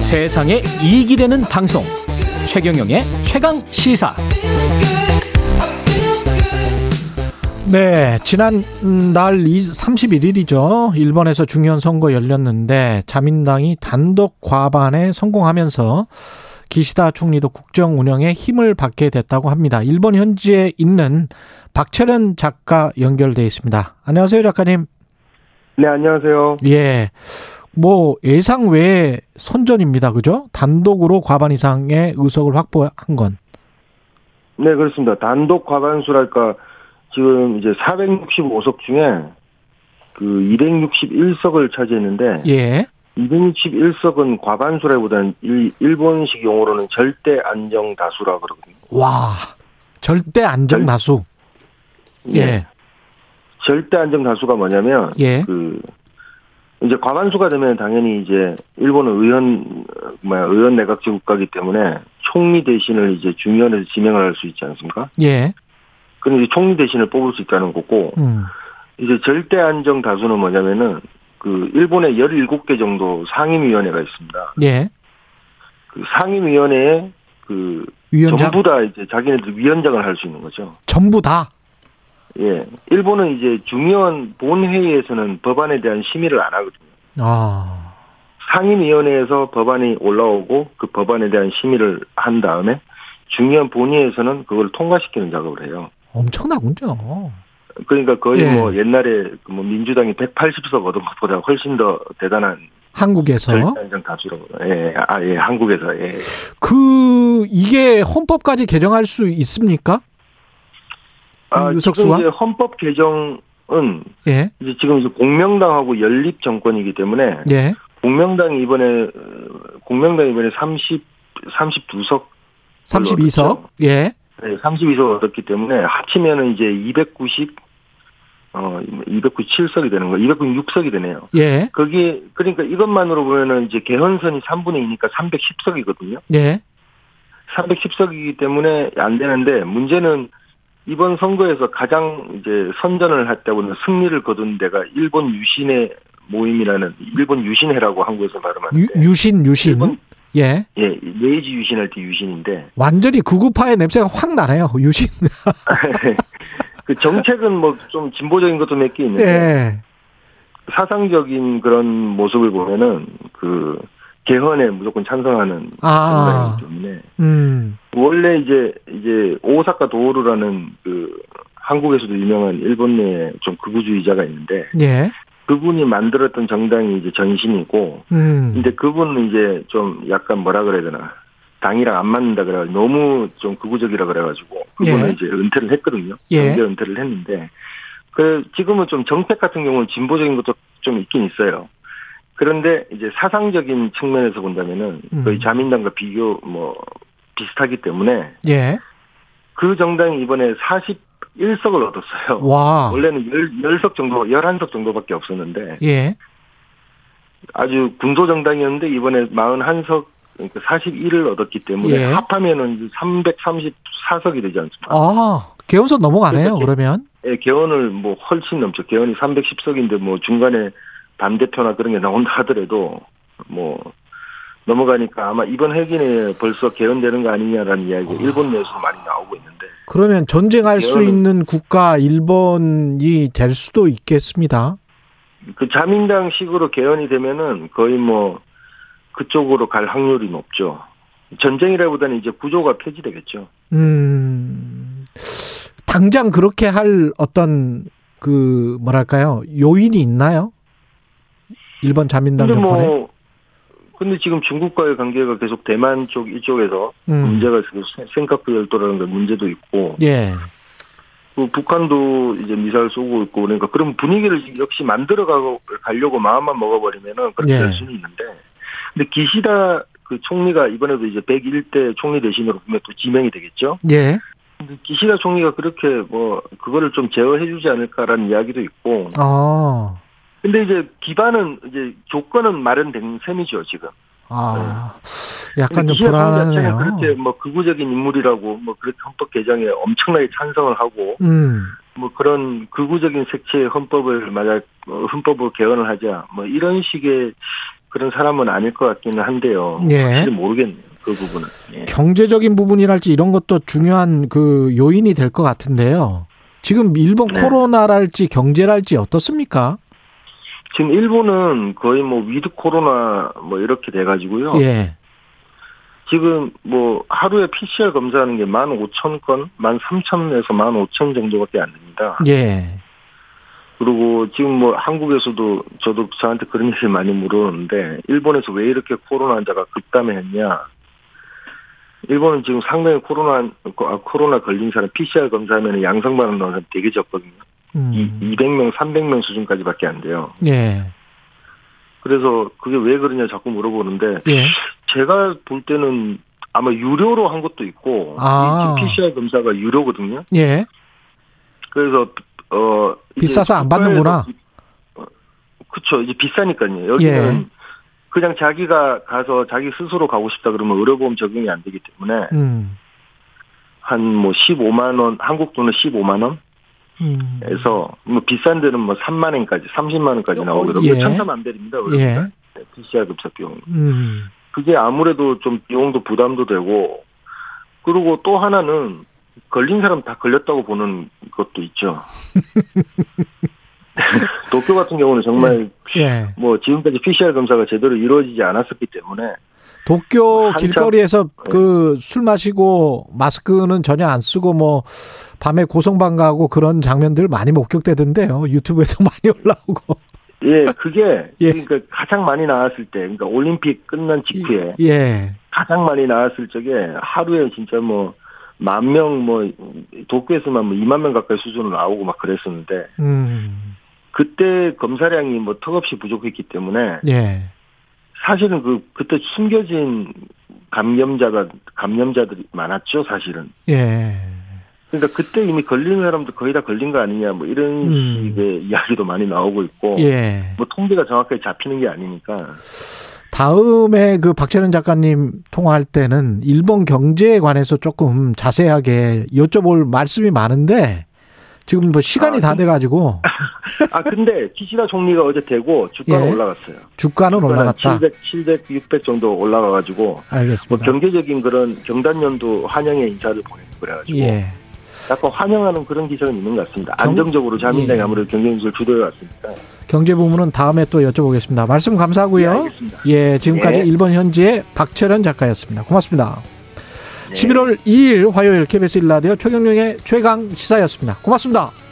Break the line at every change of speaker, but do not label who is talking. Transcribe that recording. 세상에 이익이 되는 방송 최경영의 최강 시사
네, 지난 음, 날 31일이죠. 일본에서 중요한 선거 열렸는데 자민당이 단독 과반에 성공하면서 기시다 총리도 국정 운영에 힘을 받게 됐다고 합니다. 일본 현지에 있는 박철현 작가 연결돼 있습니다. 안녕하세요, 작가님.
네, 안녕하세요.
예. 뭐 예상 외의 선전입니다. 그죠? 단독으로 과반 이상의 의석을 확보한 건.
네, 그렇습니다. 단독 과반수랄까 지금 이제 465석 중에 그 261석을 차지했는데
예.
261석은 과반수라기보다는 일, 일본식 용어로는 절대 안정 다수라 그러거든요.
와. 절대 안정 다수. 예.
절대 안정 다수가 뭐냐면
예.
그 이제 과반수가 되면 당연히 이제 일본은 의원 뭐야 의원 내각제 국가이기 때문에 총리 대신을 이제 중의원에서 지명을 할 수 있지 않습니까?
예.
그럼 이제 총리 대신을 뽑을 수 있다는 거고
음.
이제 절대 안정 다수는 뭐냐면은 그 일본에 17개 정도 상임위원회가 있습니다.
예.
그 상임위원회에 그
위원장
전부 다 이제 자기네들 위원장을 할 수 있는 거죠.
전부 다.
예. 일본은 이제 중요한 본회의에서는 법안에 대한 심의를 안 하거든요.
아.
상임위원회에서 법안이 올라오고 그 법안에 대한 심의를 한 다음에 중요한 본회의에서는 그걸 통과시키는 작업을 해요.
엄청나군요.
그러니까 거의
예.
뭐 옛날에 그뭐 민주당이 180석 얻은 것보다 훨씬 더 대단한
한국에서
절대 안정 다수로 예, 아, 예, 한국에서 예.
그 이게 헌법까지 개정할 수 있습니까?
아,
음, 유석수와?
지금 이제 헌법 개정은
예.
이제 지금 이제 공명당하고 연립 정권이기 때문에
예.
공명당이 이번에 어, 공명당 이번에 30 32석
32석. 예.
네, 32석 얻었기 때문에 합치면은 이제 290 어, 297석이 되는 거, 296석이 되네요.
예.
거기에, 그러니까 이것만으로 보면은 이제 개헌선이 3분의 2니까 310석이거든요.
예.
310석이기 때문에 안 되는데 문제는 이번 선거에서 가장 이제 선전을 했다고는 승리를 거둔 데가 일본 유신의 모임이라는 일본 유신회라고 한국에서
유,
발음하는데
유신 유신.
네. 일본-
예.
예 레이지 유신할 때 유신인데
완전히 구구파의 냄새가 확 나네요. 유신.
그 정책은 뭐 좀 진보적인 것도 몇 개 있는데
예.
사상적인 그런 모습을 보면은 그 개헌에 무조건 찬성하는
아.
정당이기 때문에
음.
원래 이제 이제 오사카 도오루라는 그 한국에서도 유명한 일본 내에 좀 극우주의자가 있는데
예.
그분이 만들었던 정당이 이제 전신이고
음.
근데 그분은 이제 좀 약간 뭐라 그래야 되나 당이랑 안 맞는다 그래 가지고 너무 좀 극우적이라 그래가지고 그분은
예.
이제 은퇴를 했거든요.
예.
경제 은퇴를 했는데 그 지금은 좀 정책 같은 경우는 진보적인 것도 좀 있긴 있어요. 그런데 이제 사상적인 측면에서 본다면은
음.
거의 자민당과 비교 뭐 비슷하기 때문에
예.
그 정당이 이번에 41석을 얻었어요.
와.
원래는 10, 석 정도, 11석 정도밖에 없었는데
예.
아주 군소 정당이었는데 이번에 41석 그러니까 41을 얻었기 때문에
예.
합하면은 334석이 되지 않습니까?
아, 개운선 넘어가네요.
그래서-
그러면.
예, 개헌을 뭐 훨씬 넘죠. 개헌이 310석인데 뭐 중간에 반대표나 그런 게 나온다 하더라도 뭐 넘어가니까 아마 이번 회기에 벌써 개헌되는 거 아니냐라는 이야기가 일본 내에서 많이 나오고 있는데
그러면 전쟁할 수
개헌은-
있는 국가 일본이 될 수도 있겠습니다.
그 자민당 식으로 개헌이 되면은 거의 뭐 그쪽으로 갈 확률이 높죠. 전쟁이라기보다는 이제 구조가 폐지되겠죠.
음, 당장 그렇게 할 어떤 그 뭐랄까요 요인이 있나요? 일본 자민당
근데
정권에
뭐 근데 지금 중국과의 관계가 계속 대만 쪽 이쪽에서
음,
문제가 지금 생- 생카쿠 열도라는 게 문제도 있고
예,
또 북한도 이제 미사일 쏘고 있고 그러니까 그런 분위기를 역시 만들어 가고 가려고 마음만 먹어버리면은 그렇게
예.
될 수는 있는데 근데 기시다 그 총리가 이번에도 이제 101대 총리 대신으로 보면 또 지명이 되겠죠.
예,
근데 그 기시다 총리가 그렇게 뭐 그거를 좀 제어해주지 않을까라는 이야기도 있고
아,
근데 이제 기반은 이제 조건은 마련된 셈이죠 지금.
아, 약간
네. 근데
좀
기시다 총리
불안하네요.
자체는 그렇게 뭐 극우적인 인물이라고 뭐 그렇게 헌법 개정에 엄청나게 찬성을 하고
음,
뭐 그런 극우적인 색채의 헌법을 만약 어, 헌법으로 개헌을 하자 뭐 이런 뭐 식의 그런 사람은 아닐 것 같기는 한데요.
예.
사실 모르겠네요. 그 부분은. 예.
경제적인 부분이랄지 이런 것도 중요한 그 요인이 될 것 같은데요. 지금 일본
네.
코로나랄지 경제랄지 어떻습니까?
지금 일본은 거의 뭐 위드 코로나 뭐 이렇게 돼가지고요.
예.
지금 뭐 하루에 PCR 검사하는 게 15,000건, 13,000에서 15,000 정도밖에 안 됩니다.
예.
그리고 지금 뭐 한국에서도 저도 저한테 그런 얘기 많이 물어오는데 일본에서 왜 이렇게 코로나 환자가 급감했냐? 일본은 지금 상당히 코로나 아, 코로나 걸린 사람 PCR 검사하면 양성 반응 나온 사람 되게 적거든요. 이
음.
200명, 300명 수준까지밖에 안 돼요.
예.
그래서 그게 왜 그러냐 자꾸 물어보는데
예.
제가 볼 때는 아마 유료로 한 것도 있고
아.
이 PCR 검사가 유료거든요.
예.
그래서 어 이제
비싸서 안 받는구나.
그렇죠. 이제 비싸니까요. 여기는
예.
그냥 자기가 가서 자기 스스로 가고 싶다 그러면 의료보험 적용이 안 되기 때문에
음.
한 뭐 15만 원 한국 돈은 15만
음.
원에서 뭐 비싼 데는 뭐 3만 원까지 30만 원까지
어,
나오더라고요.
예.
천차만별입니다. 네,
예.
우리가 PCR 급사 비용.
음.
그게 아무래도 좀 비용도 부담도 되고 그리고 또 하나는 걸린 사람 다 걸렸다고 보는 것도 있죠. 도쿄 같은 경우는 정말
예.
뭐 지금까지 PCR 검사가 제대로 이루어지지 않았었기 때문에
도쿄
뭐 한참- 네.
길거리에서 그 술 마시고 마스크는 전혀 안 쓰고 뭐 밤에 고성방 가고 그런 장면들 많이 목격되던데요. 유튜브에도 많이 올라오고.
예 그게
예.
그러니까 가장 많이 나왔을 때 그러니까 올림픽 끝난 직후에
예.
가장 많이 나왔을 적에 하루에 진짜 뭐 만 명 뭐 도쿄에서만 뭐 2만 명 가까이 수준으로 나오고 막 그랬었는데
음.
그때 검사량이 뭐 턱없이 부족했기 때문에
예.
사실은 그 그때 숨겨진 감염자가 감염자들이 많았죠 사실은
예.
그러니까 그때 이미 걸린 사람도 거의 다 걸린 거 아니냐 뭐 이런
음.
식의 이야기도 많이 나오고 있고
예.
뭐 통계가 정확하게 잡히는 게 아니니까
다음에 그 박재현 작가님 통화할 때는 일본 경제에 관해서 조금 자세하게 여쭤볼 말씀이 많은데 지금 뭐 시간이
아,
다
그-
돼가지고
아 근데 기시다 총리가 어제 되고 주가가
예.
올라갔어요 그러니까
주가는 올라갔다.
700, 700, 600 정도 올라가가지고 뭐
알겠습니다.
경제적인 그런 경단년도 환영의 인사를 보내고 그래가지고
예.
약간 환영하는 그런 기사는 있는 것 같습니다
경-
안정적으로 자민당이
예.
아무래도 경제인수를 주도해 왔으니까
경제 부문은 다음에 또 여쭤보겠습니다. 말씀
예,
감사하고요.
알겠습니다
예, 지금까지
예.
일본 현지의 박철현 작가였습니다. 고맙습니다.
네.
11월 2일 화요일 KBS 일라디오 최경룡의 최강 시사였습니다. 고맙습니다.